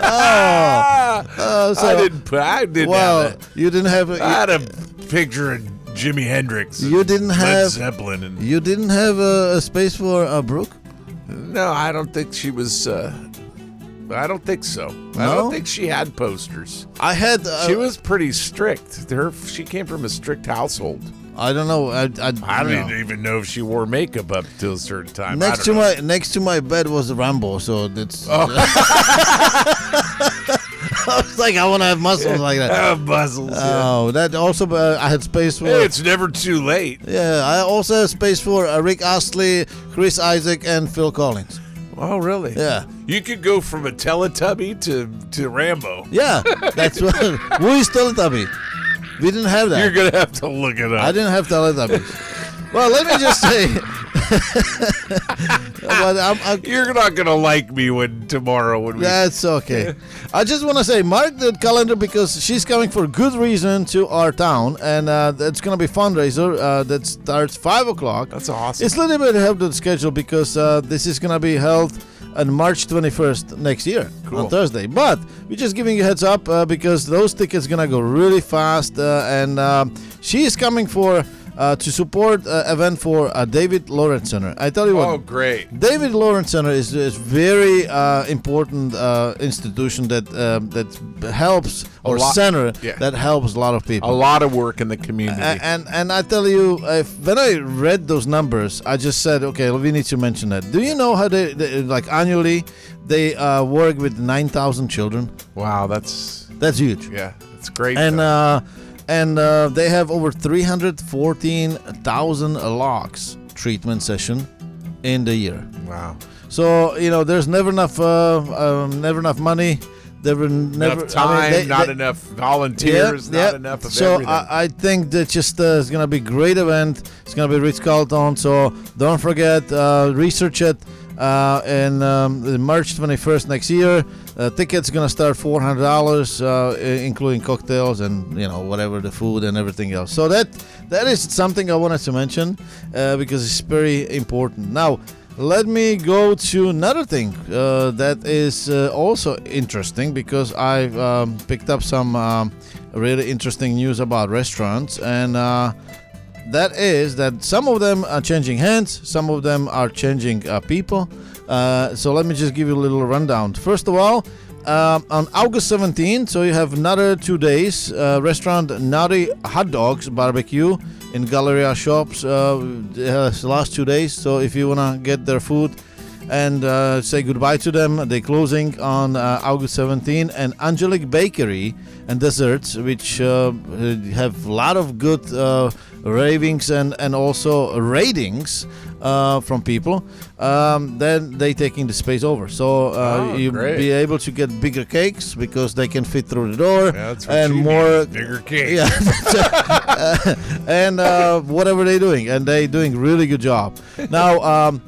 B: Ah!
A: Uh, know. So,
B: I didn't. put- I didn't.
A: well,
B: have
A: you didn't have.
B: that. I
A: You,
B: had a picture of Jimi Hendrix. and
A: You didn't
B: Led
A: have-
B: Zeppelin and
A: you didn't have a, a space for a Brooke.
B: no. I don't think she was. Uh, I don't think so. I
A: No?
B: don't think she had posters.
A: I had. Uh,
B: she was pretty strict. Her she came from a strict household.
A: I don't know. I. I,
B: I
A: you know.
B: don't even know if she wore makeup up till a certain time. I
A: Next
B: don't
A: to
B: know. Oh.
A: my next to my bed was Rambo, so that's. I was like, I want to have muscles like that.
B: Ah, muzzles. yeah.
A: Oh, that also. Uh, I had space for.
B: Hey, it's never too late.
A: Yeah, I also have space for uh, Rick Astley, Chris Isaac, and Phil Collins.
B: Oh, really?
A: Yeah.
B: You could go from a Teletubby to to Rambo.
A: Yeah, that's what. Who is Teletubby? We didn't have that.
B: You're gonna have to look it
A: I
B: up.
A: didn't have Teletubbies. well, let me just say. but I'm, I'm,
B: You're not gonna like me when tomorrow when we.
A: That's okay. I just want to say, mark the calendar because she's coming for good reason to our town, and uh, it's going to be fundraiser uh, that starts five o'clock.
B: That's awesome.
A: It's a little bit ahead of the schedule because uh, this is going to be held on March 21st next year on
B: Cool.
A: Thursday. But we're just giving you a heads up uh, because those tickets going to go really fast, uh, and um, she is coming for. Uh, to support uh, event for uh, David Lawrence Center. I tell you what,
B: oh, great.
A: David Lawrence Center is is very uh, important uh, institution that uh, that helps or
B: lot-
A: center
B: yeah.
A: that helps a lot of people.
B: A lot of work in the community.
A: A- And and I tell you, if, when I read those numbers, I just said, okay, we need to mention that. Do you know how they, they like annually they uh, work with nine thousand children?
B: wow, that's
A: That's huge.
B: yeah, it's great.
A: And
B: though.
A: uh, and uh, they have over three hundred fourteen thousand locks treatment session in the year.
B: wow,
A: So you know, there's never enough, uh, um, never enough money. There were never
B: enough time,
A: I mean, they-
B: not
A: they-
B: enough volunteers,
A: yeah,
B: not
A: yeah.
B: enough of
A: so uh,
B: everything.
A: I, I think that just uh, it's gonna be great event. It's gonna be Ritz Carlton. So don't forget, uh, research it. Uh, and um, March 21st next year, uh, tickets gonna start $400, uh, i- including cocktails and you know whatever the food and everything else. So that that is something I wanted to mention uh, because it's very important. Now let me go to another thing uh, that is uh, also interesting because I um, picked up some um, really interesting news about restaurants, and uh, that is that some of them are changing hands, some of them are changing uh, people. Uh, so let me just give you a little rundown. First of all, um, on August 17th, so you have another two days, uh, restaurant Naughty Hot Dogs Barbecue in Galleria Shops uh, has the last two days. So if you want to get their food, and uh, say goodbye to them. They're closing on uh, August 17. And Angelic Bakery and Desserts, which uh, have a lot of good uh, ravings and, and also ratings uh, from people, um, then they taking the space over. So uh,
B: Oh,
A: you'll
B: great.
A: be able to get bigger cakes because they can fit through the door
B: yeah, that's what
A: and
B: she
A: more
B: needs, bigger cake.
A: yeah. Uh, and uh, whatever they're doing, and they doing really good job. Now, um,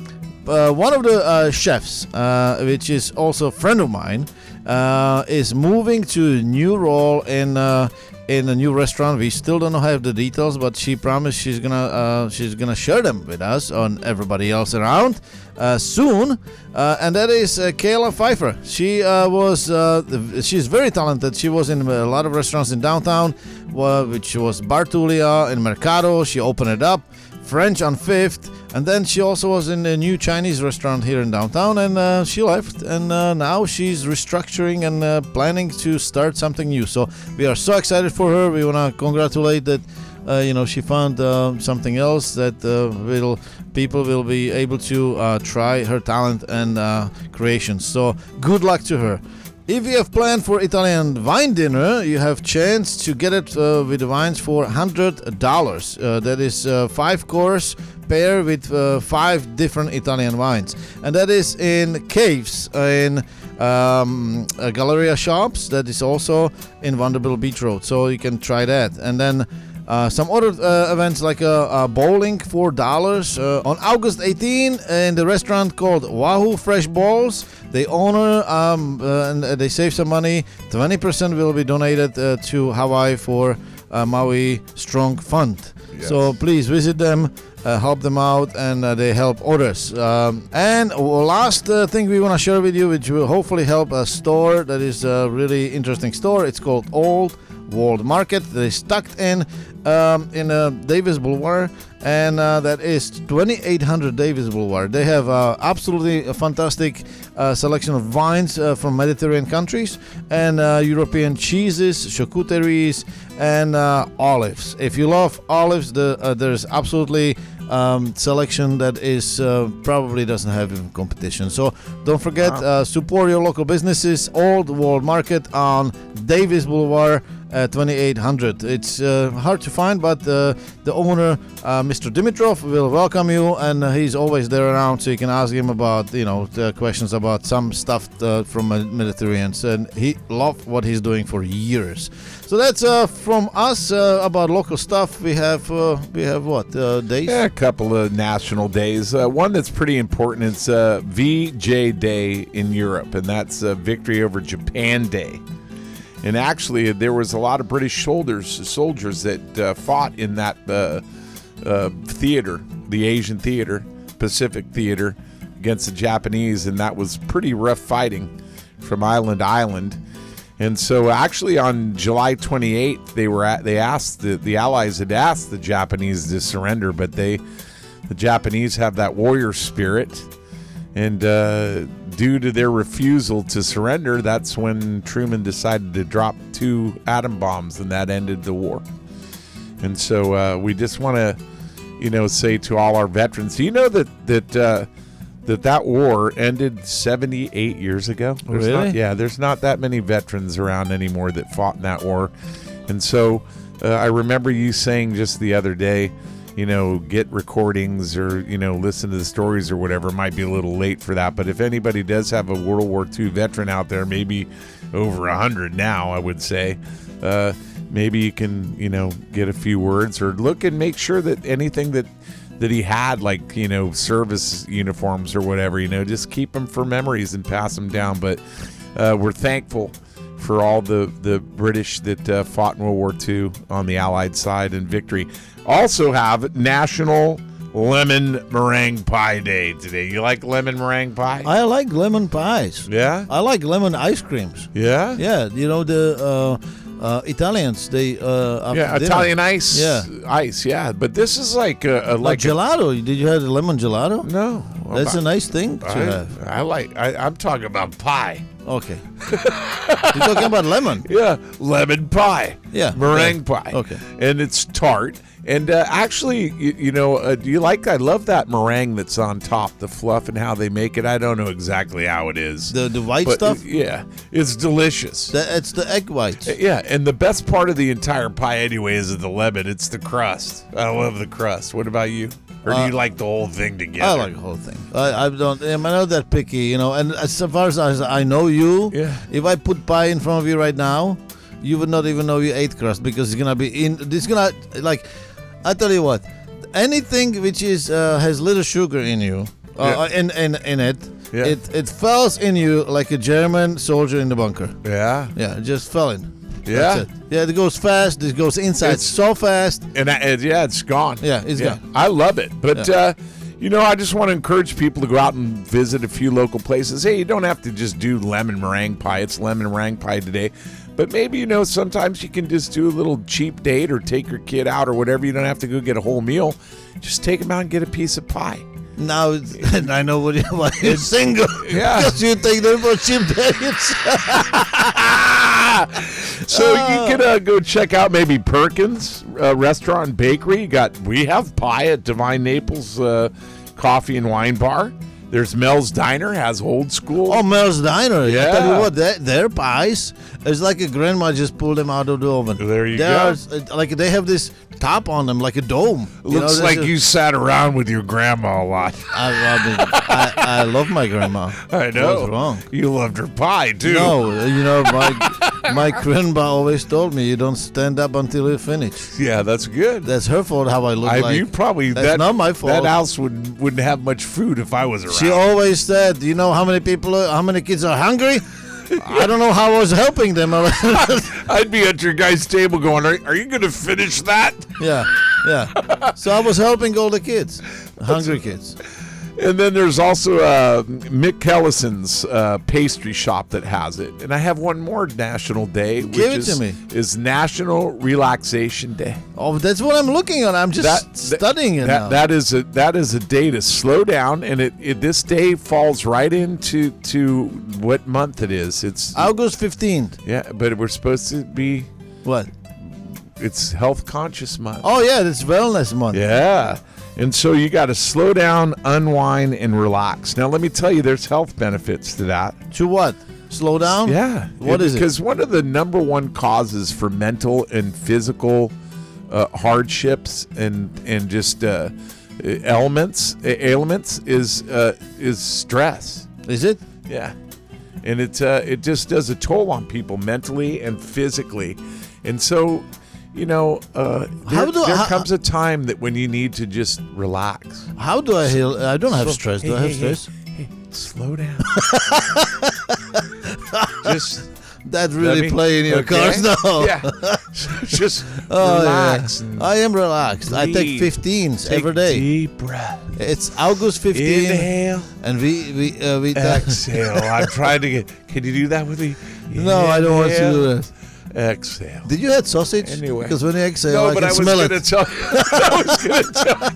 A: uh, one of the uh, chefs, uh, which is also a friend of mine, uh, is moving to a new role in. Uh, in a new restaurant, we still don't have the details, but she promised she's gonna uh, she's gonna share them with us and everybody else around uh, soon. Uh, and that is uh, Kayla Pfeiffer. She uh, was uh, th- she's very talented. She was in a lot of restaurants in downtown, wa- which was Bartulia and Mercado. She opened it up, French on Fifth, and then she also was in a new Chinese restaurant here in downtown. And uh, she left, and uh, now she's restructuring and uh, planning to start something new. So we are so excited for her. We want to congratulate that. Uh, you know, she found uh, something else that uh, will people will be able to uh, try her talent and uh, creations. So good luck to her. If you have planned for Italian wine dinner, you have chance to get it uh, with the wines for hundred dollars. Uh, that is uh, five course pair with uh, five different Italian wines, and that is in caves in um, uh, Galleria shops. That is also in Vanderbilt Beach Road, so you can try that. And then uh, some other uh, events like uh, uh, bowling for dollars uh, on August 18 in the restaurant called Wahoo Fresh Balls. They honor um, uh, and uh, they save some money. 20% will be donated uh, to Hawaii for uh, Maui Strong Fund.
B: Yes.
A: So please visit them. uh, help them out, and uh, they help others. Um, and last uh, thing we want to share with you, which will hopefully help a store that is a really interesting store. It's called Old World Market. That is tucked in um, in uh, Davis Boulevard, and uh, that is 2800 Davis Boulevard. They have uh, absolutely a fantastic uh, selection of wines uh, from Mediterranean countries and uh, European cheeses, charcuteries, and uh, olives. If you love olives, the, uh, there's absolutely um, selection that is uh, probably doesn't have even competition. So don't forget uh, support your local businesses. Old World Market on Davis Boulevard at 2800. Uh, It's uh, hard to find, but uh, the owner, uh, Mr. Dimitrov, will welcome you, and uh, he's always there around, so you can ask him about you know the questions about some stuff uh, from uh, Mediterranean, and he loved what he's doing for years. So that's uh, from us uh, about local stuff. We have uh, we have what uh, days.
B: Yeah, a couple of national days. Uh, one that's pretty important. It's uh, VJ Day in Europe, and that's uh, victory over Japan Day. And actually, there was a lot of British soldiers soldiers that uh, fought in that uh, uh, theater, the Asian theater, Pacific theater, against the Japanese, and that was pretty rough fighting from island to island. And so, actually, on July 28th, they were at, they asked the, the Allies had asked the Japanese to surrender, but they the Japanese have that warrior spirit, and uh, due to their refusal to surrender, that's when Truman decided to drop two atom bombs, and that ended the war. And so uh, we just want to, you know, say to all our veterans, do you know that that uh, that that war ended 78 years ago? There's
A: Really?
B: Not, yeah, there's not that many veterans around anymore that fought in that war. And so uh, I remember you saying just the other day, you know, get recordings or, you know, listen to the stories or whatever. It might be a little late for that. But if anybody does have a World War II veteran out there, maybe over 100 now, I would say, uh, maybe you can, you know, get a few words or look and make sure that anything that, that he had, like, you know, service uniforms or whatever, you know, just keep them for memories and pass them down. But uh, we're thankful for all the, the British that uh, fought in World War II on the Allied side in victory. Also, have National Lemon Meringue Pie Day today. You like lemon meringue pie?
A: I like lemon pies.
B: yeah?
A: I like lemon ice creams.
B: yeah?
A: Yeah, you know the uh, uh, Italians. They uh, after
B: Yeah,
A: dinner-
B: Italian ice.
A: Yeah.
B: Ice, yeah. But this is like a, a
A: Like
B: like a-
A: gelato. Did you have the lemon gelato?
B: no.
A: That's a nice thing to
B: I,
A: have.
B: I like I, I'm talking about pie.
A: Okay. You're talking about lemon.
B: Yeah, lemon pie.
A: Yeah,
B: meringue
A: yeah.
B: pie.
A: Okay.
B: and it's tart. And uh, actually, you, you know, uh, do you like? I love that meringue that's on top, the fluff, and how they make it. I don't know exactly how it is.
A: The the white
B: but, uh,
A: stuff.
B: Yeah, it's delicious.
A: The, it's the egg whites.
B: yeah, and the best part of the entire pie, anyway, is the lemon. It's the crust. I love the crust. What about you? Or do you like the whole thing together?
A: Uh, I like the whole thing. I, I don't. I'm not that picky, you know. And as far as I, I know you,
B: Yeah.
A: if I put pie in front of you right now, you would not even know you ate crust because it's gonna be in. It's gonna like. I tell you what, anything which is uh, has little sugar in you, uh, in in in it,
B: Yeah.
A: it it falls in you like a German soldier in the bunker.
B: Yeah.
A: Yeah, it just fell in.
B: Yeah?
A: That's it. Yeah, it goes fast. It goes inside
B: It's-
A: so fast.
B: and, I, and yeah, it's gone.
A: Yeah, it's
B: it's
A: gone.
B: I love it, but uh, you know, I just want to encourage people to go out and visit a few local places. Hey, you don't have to just do lemon meringue pie. It's lemon meringue pie today, but maybe you know sometimes you can just do a little cheap date or take your kid out or whatever. You don't have to go get a whole meal. Just take them out and get a piece of pie.
A: Now it's- and I know what you, why you're single.
B: Yeah.
A: because you take them for cheap dates.
B: So
A: Oh.
B: you can uh, go check out maybe Perkins uh, Restaurant and Bakery. You got we have pie at Divine Naples uh, Coffee and Wine Bar. There's Mel's Diner has old school.
A: oh, Mel's Diner. I tell
B: Yeah.
A: you what, their, their pies is like a grandma just pulled them out of the oven.
B: There you
A: They
B: go.
A: are, uh, like they have this top on them, like a dome. You know,
B: looks
A: there's
B: like
A: a-
B: you sat around with your grandma a lot.
A: I, I, mean, I, I love my grandma.
B: I know.
A: What's wrong?
B: You loved her pie too.
A: No, you know my my grandma always told me you don't stand up until you finish.
B: Yeah, that's good.
A: That's her fault. How I look
B: I
A: like.
B: you probably
A: that's
B: that
A: not my fault.
B: That house would wouldn't have much food if I was around.
A: She always said, "You know how many people, are, how many kids are hungry." I don't know how I was helping them.
B: I'd be at your guy's table going, "Are, are you going to finish that?"
A: yeah, yeah. So I was helping all the kids, hungry kids.
B: And then there's also uh, Mick Kellison's uh, pastry shop that has it. And I have one more national day, which
A: Give it
B: is,
A: to me.
B: is National Relaxation Day.
A: Oh, that's what I'm looking at. I'm just
B: that-
A: studying it
B: that,
A: now.
B: That is a that is a day to slow down, and it, it this day falls right into to what month it is. It's
A: August 15th.
B: yeah, but we're supposed to be.
A: What?
B: It's health conscious month.
A: Oh yeah, it's wellness month.
B: Yeah. And so you got to slow down, unwind, and relax. Now, let me tell you, there's health benefits to that.
A: To what? Slow down.
B: Yeah.
A: Oh, What is it?
B: Because one of the number one causes for mental and physical uh, hardships and and just uh, ailments ailments is uh, is stress.
A: Is it?
B: Yeah, and it uh, it just does a toll on people mentally and physically, and so. You know, uh,
A: How
B: there,
A: do-
B: there
A: how-
B: comes a time that when you need to just relax.
A: How do I heal? I don't have
B: Slow-
A: stress. Do
B: Hey,
A: I have
B: hey, hey,
A: stress?
B: hey, slow down. just
A: That really
B: Debbie?
A: play in your
B: Okay.
A: cards now.
B: Yeah. Just
A: Oh, yeah.
B: relax. and
A: I am relaxed. I take
B: breathe.
A: 15s
B: take
A: every day.
B: Deep breath.
A: It's August 15th,
B: Inhale.
A: and we we uh, we take.
B: Exhale. I'm trying to get. Can you do that with me?
A: No, I don't want you to do
B: Inhale,
A: that.
B: Exhale.
A: Did you have sausage?
B: Anyway.
A: Because when you exhale,
B: no,
A: I
B: but
A: can
B: I was
A: smell
B: going to
A: it.
B: tell. I was going to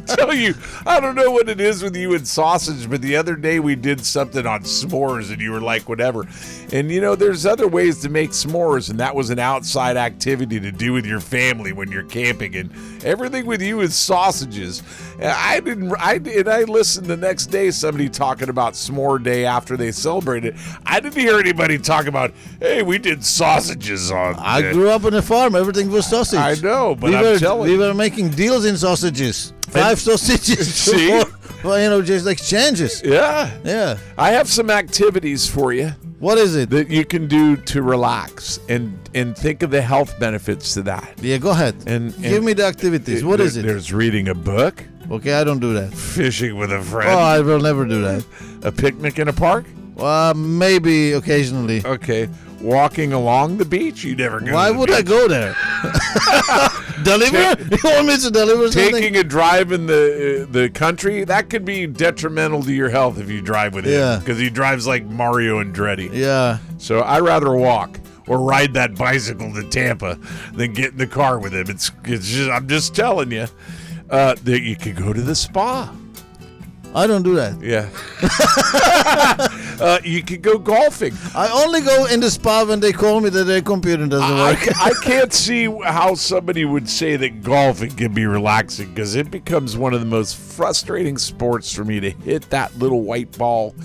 B: tell, tell you. I don't know what it is with you and sausage, but the other day we did something on s'mores, and you were like, whatever. And you know, there's other ways to make s'mores, and that was an outside activity to do with your family when you're camping. And everything with you is sausages. And I didn't. I and I listened the next day. Somebody talking about s'more day after they celebrated. I didn't hear anybody talk about. Hey, we did sausages on.
A: I
B: the-
A: grew up on a farm. Everything was sausage.
B: I know, but
A: we
B: I'm
A: were,
B: telling
A: we
B: you.
A: were making deals in sausages. Five sausages.
B: See?
A: for- for, you know, just exchanges.
B: Yeah.
A: Yeah.
B: I have some activities for you
A: What is it?
B: that you can do to relax and and think of the health benefits to that.
A: Yeah, go ahead.
B: And-
A: give
B: and-
A: me the activities. What
B: There-
A: is it?
B: There's reading a book,
A: Okay, I don't do that.
B: fishing with a
A: Oh,
B: friend,
A: I will never do that.
B: a picnic in a park.
A: Uh, maybe occasionally.
B: Okay, walking along the beach. You never go.
A: Why
B: to the
A: would
B: beach.
A: I go there? deliver? You want me to deliver something?
B: Taking a drive in the uh, the country that could be detrimental to your health if you drive with
A: Yeah.
B: him because he drives like Mario Andretti.
A: Yeah.
B: So I rather walk or ride that bicycle to Tampa than get in the car with him. It's, it's just, I'm just telling you uh, that you could go to the spa.
A: I don't do that.
B: Yeah. uh, you could go golfing.
A: I only go in the spa when they call me that their computer doesn't
B: I,
A: work.
B: I can't see how somebody would say that golfing can be relaxing because it becomes one of the most frustrating sports for me to hit that little white ball,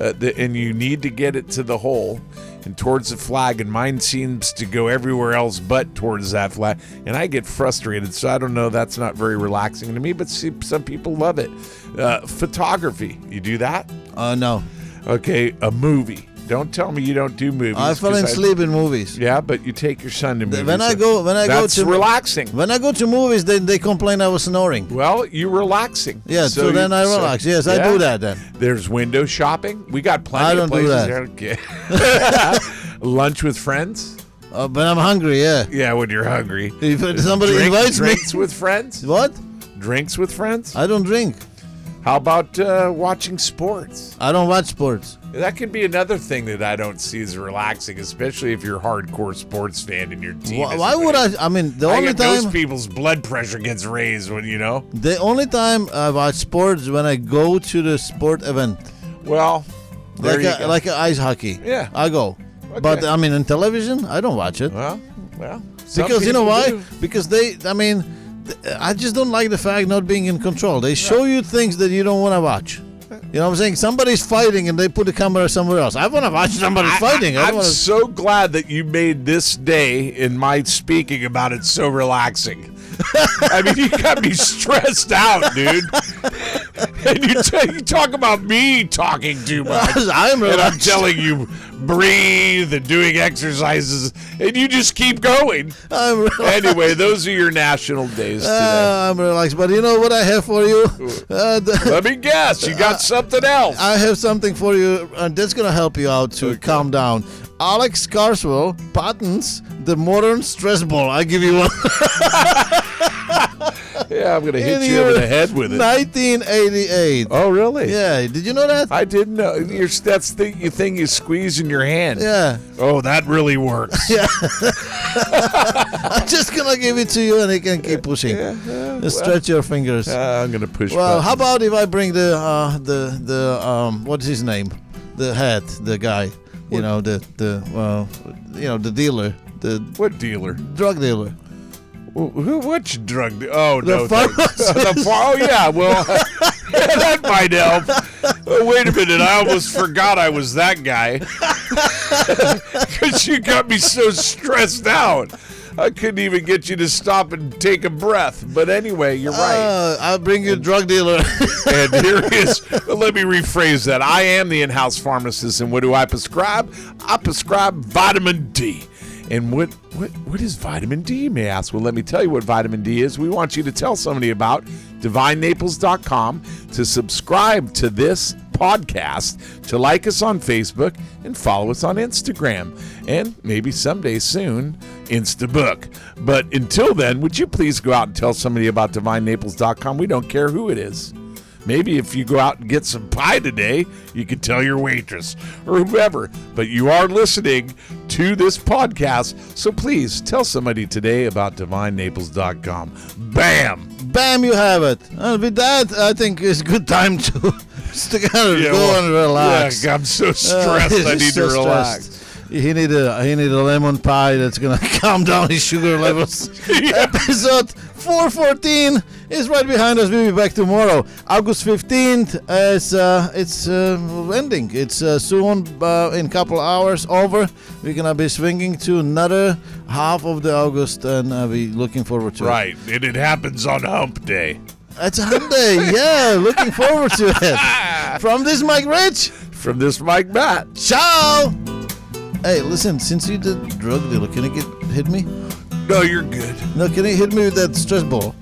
B: uh, the, and you need to get it to the hole and towards the flag, and mine seems to go everywhere else but towards that flag, and I get frustrated. So I don't know. That's not very relaxing to me, but see, some people love it. Uh, photography, you do that?
A: Oh, no.
B: Okay, a movie. Don't tell me you don't do movies.
A: I fell
B: 'cause
A: in sleep in movies.
B: yeah, but you take your son to movies.
A: When I go- when I go
B: That's
A: to-
B: relaxing.
A: When I go to movies, then they complain I was snoring.
B: Well, you're relaxing.
A: Yeah, so, then
B: you-
A: I
B: so-
A: relax. yes, I
B: yeah.
A: do that then.
B: There's window shopping. We got plenty
A: I
B: of
A: don't do
B: places
A: that.
B: there. Okay. Lunch with friends.
A: Uh, when I'm hungry, yeah.
B: Yeah, when you're hungry.
A: If somebody
B: Drink-
A: invites me.
B: drinks with friends.
A: What?
B: Drinks with friends.
A: I don't drink.
B: How about uh, watching sports?
A: I don't watch sports.
B: That could be another thing that I don't see as relaxing, especially if you're a hardcore sports fan and your team.
A: Why,
B: is
A: why would
B: winning.
A: I? I mean, the
B: I
A: only
B: get those
A: time
B: people's blood pressure gets raised when you know.
A: the only time I watch sports when I go to the sport event,
B: Well, there
A: like
B: you
A: a,
B: go.
A: like a ice hockey.
B: Yeah.
A: I go. But
B: Okay.
A: I mean, on television, I don't watch it
B: well, well, some
A: because you know
B: people
A: why?
B: do.
A: Because they, I mean, th- I just don't like the fact not being in control. They show you things that you don't want to watch. You know what I'm saying? Somebody's fighting and they put the camera somewhere else. I want to watch somebody fighting. I,
B: I,
A: don't
B: am
A: wanna...
B: so glad that you made this day in my speaking about it so relaxing. I mean, you got me stressed out, dude. and you, t- you talk about me talking too much.
A: I'm
B: And I'm
A: relaxed.
B: telling you, breathe and doing exercises, and you just keep going.
A: I'm relaxed.
B: Anyway, those are your national days today.
A: Uh, I'm relaxed. But you know what I have for you? Uh, the-
B: Let me guess, you got something else.
A: uh, I have something for you, and that's gonna help you out to calm down. Alex Carswell patents the modern stress ball. I give you one.
B: Yeah, I'm gonna
A: In
B: hit you
A: year
B: over the head with it.
A: 1988.
B: Oh, really?
A: Yeah, did you know that?
B: I didn't know. You're, that's the you thing you squeeze in your hand.
A: yeah.
B: Oh, that really works.
A: I'm just gonna give it to you and you can keep pushing. Just stretch your fingers.
B: Uh, I'm gonna push.
A: well,
B: buttons.
A: how about if I bring the uh, the the um what's his name? The head, the guy. You know, the the well you know, the dealer. The
B: what dealer?
A: drug dealer.
B: Wh- Who? Which drug? De- oh
A: The
B: no,
A: pharma-
B: the, the far- Oh yeah. Well, that might help. Oh, wait a minute. I almost forgot I was that guy. Because you got me so stressed out. I couldn't even get you to stop and take a breath. But anyway, you're right.
A: Uh, I'll bring you drug dealer.
B: and here is let me rephrase that i am the in-house pharmacist and what do i prescribe i prescribe vitamin d and what what what is vitamin d you may ask well let me tell you what vitamin d is we want you to tell somebody about divinenaples.com to subscribe to this podcast to like us on facebook and follow us on instagram and maybe someday soon instabook but until then would you please go out and tell somebody about divinenaples.com we don't care who it is Maybe if you go out and get some pie today, you could tell your waitress or whoever. But you are listening to this podcast, so please tell somebody today about divinenaples.com. Bam!
A: Bam, you have it. And with that, I think it's good time to, to kind of go
B: well,
A: and relax.
B: yeah, I'm so
A: Uh,
B: stressed. I
A: he's
B: need
A: so
B: to relax.
A: stressed. He need a he need a lemon pie that's gonna calm down his sugar levels. Episode 414 is right behind us. We'll be back tomorrow, August 15th. As uh, it's uh, ending, it's uh, soon uh, in couple hours over. We're gonna be swinging to another half of the August, and uh, we looking forward to it.
B: Right, and it happens on Hump Day.
A: It's a Hyundai, yeah. Looking forward to it. From this, Mike Rich.
B: From this Mike Matt.
A: Ciao. Hey, listen. Since you did drug dealer, can you get hit me?
B: No, you're good.
A: No, can you hit me with that stress ball?